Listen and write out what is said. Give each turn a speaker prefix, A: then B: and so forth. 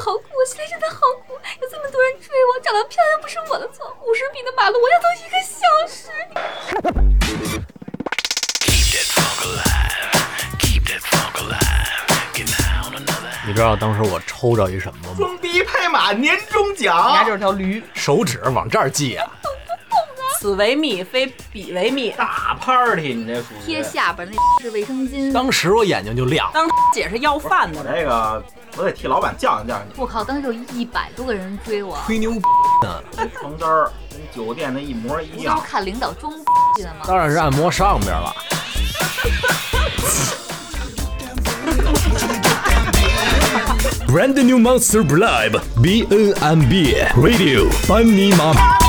A: 好苦，我心里真的好苦，有这么多人追我，长得漂亮不是我的错，五十米的马路我要走一个小时。
B: 你知道当时我抽着一什么吗？
C: 装逼拍马年终
D: 人家
C: 奖
D: 就，是条驴。
B: 手指往这儿系啊！
D: 此为蜜，非彼为蜜。
C: 大 party，你这属于
A: 贴下巴那是卫生巾，
B: 当时我眼睛就亮，
D: 当姐是要饭
C: 我
D: 的，
C: 这个，我得替老板教训教训你。
A: 我靠，当时有一百多个人追我，
B: 吹牛逼呢，
C: 这床单儿跟酒店的一模一
A: 你知道
C: 样
A: 我，砍领导装记得吗？
B: 当然是按摩上边了。Brand new monster live B N M B radio，班尼玛。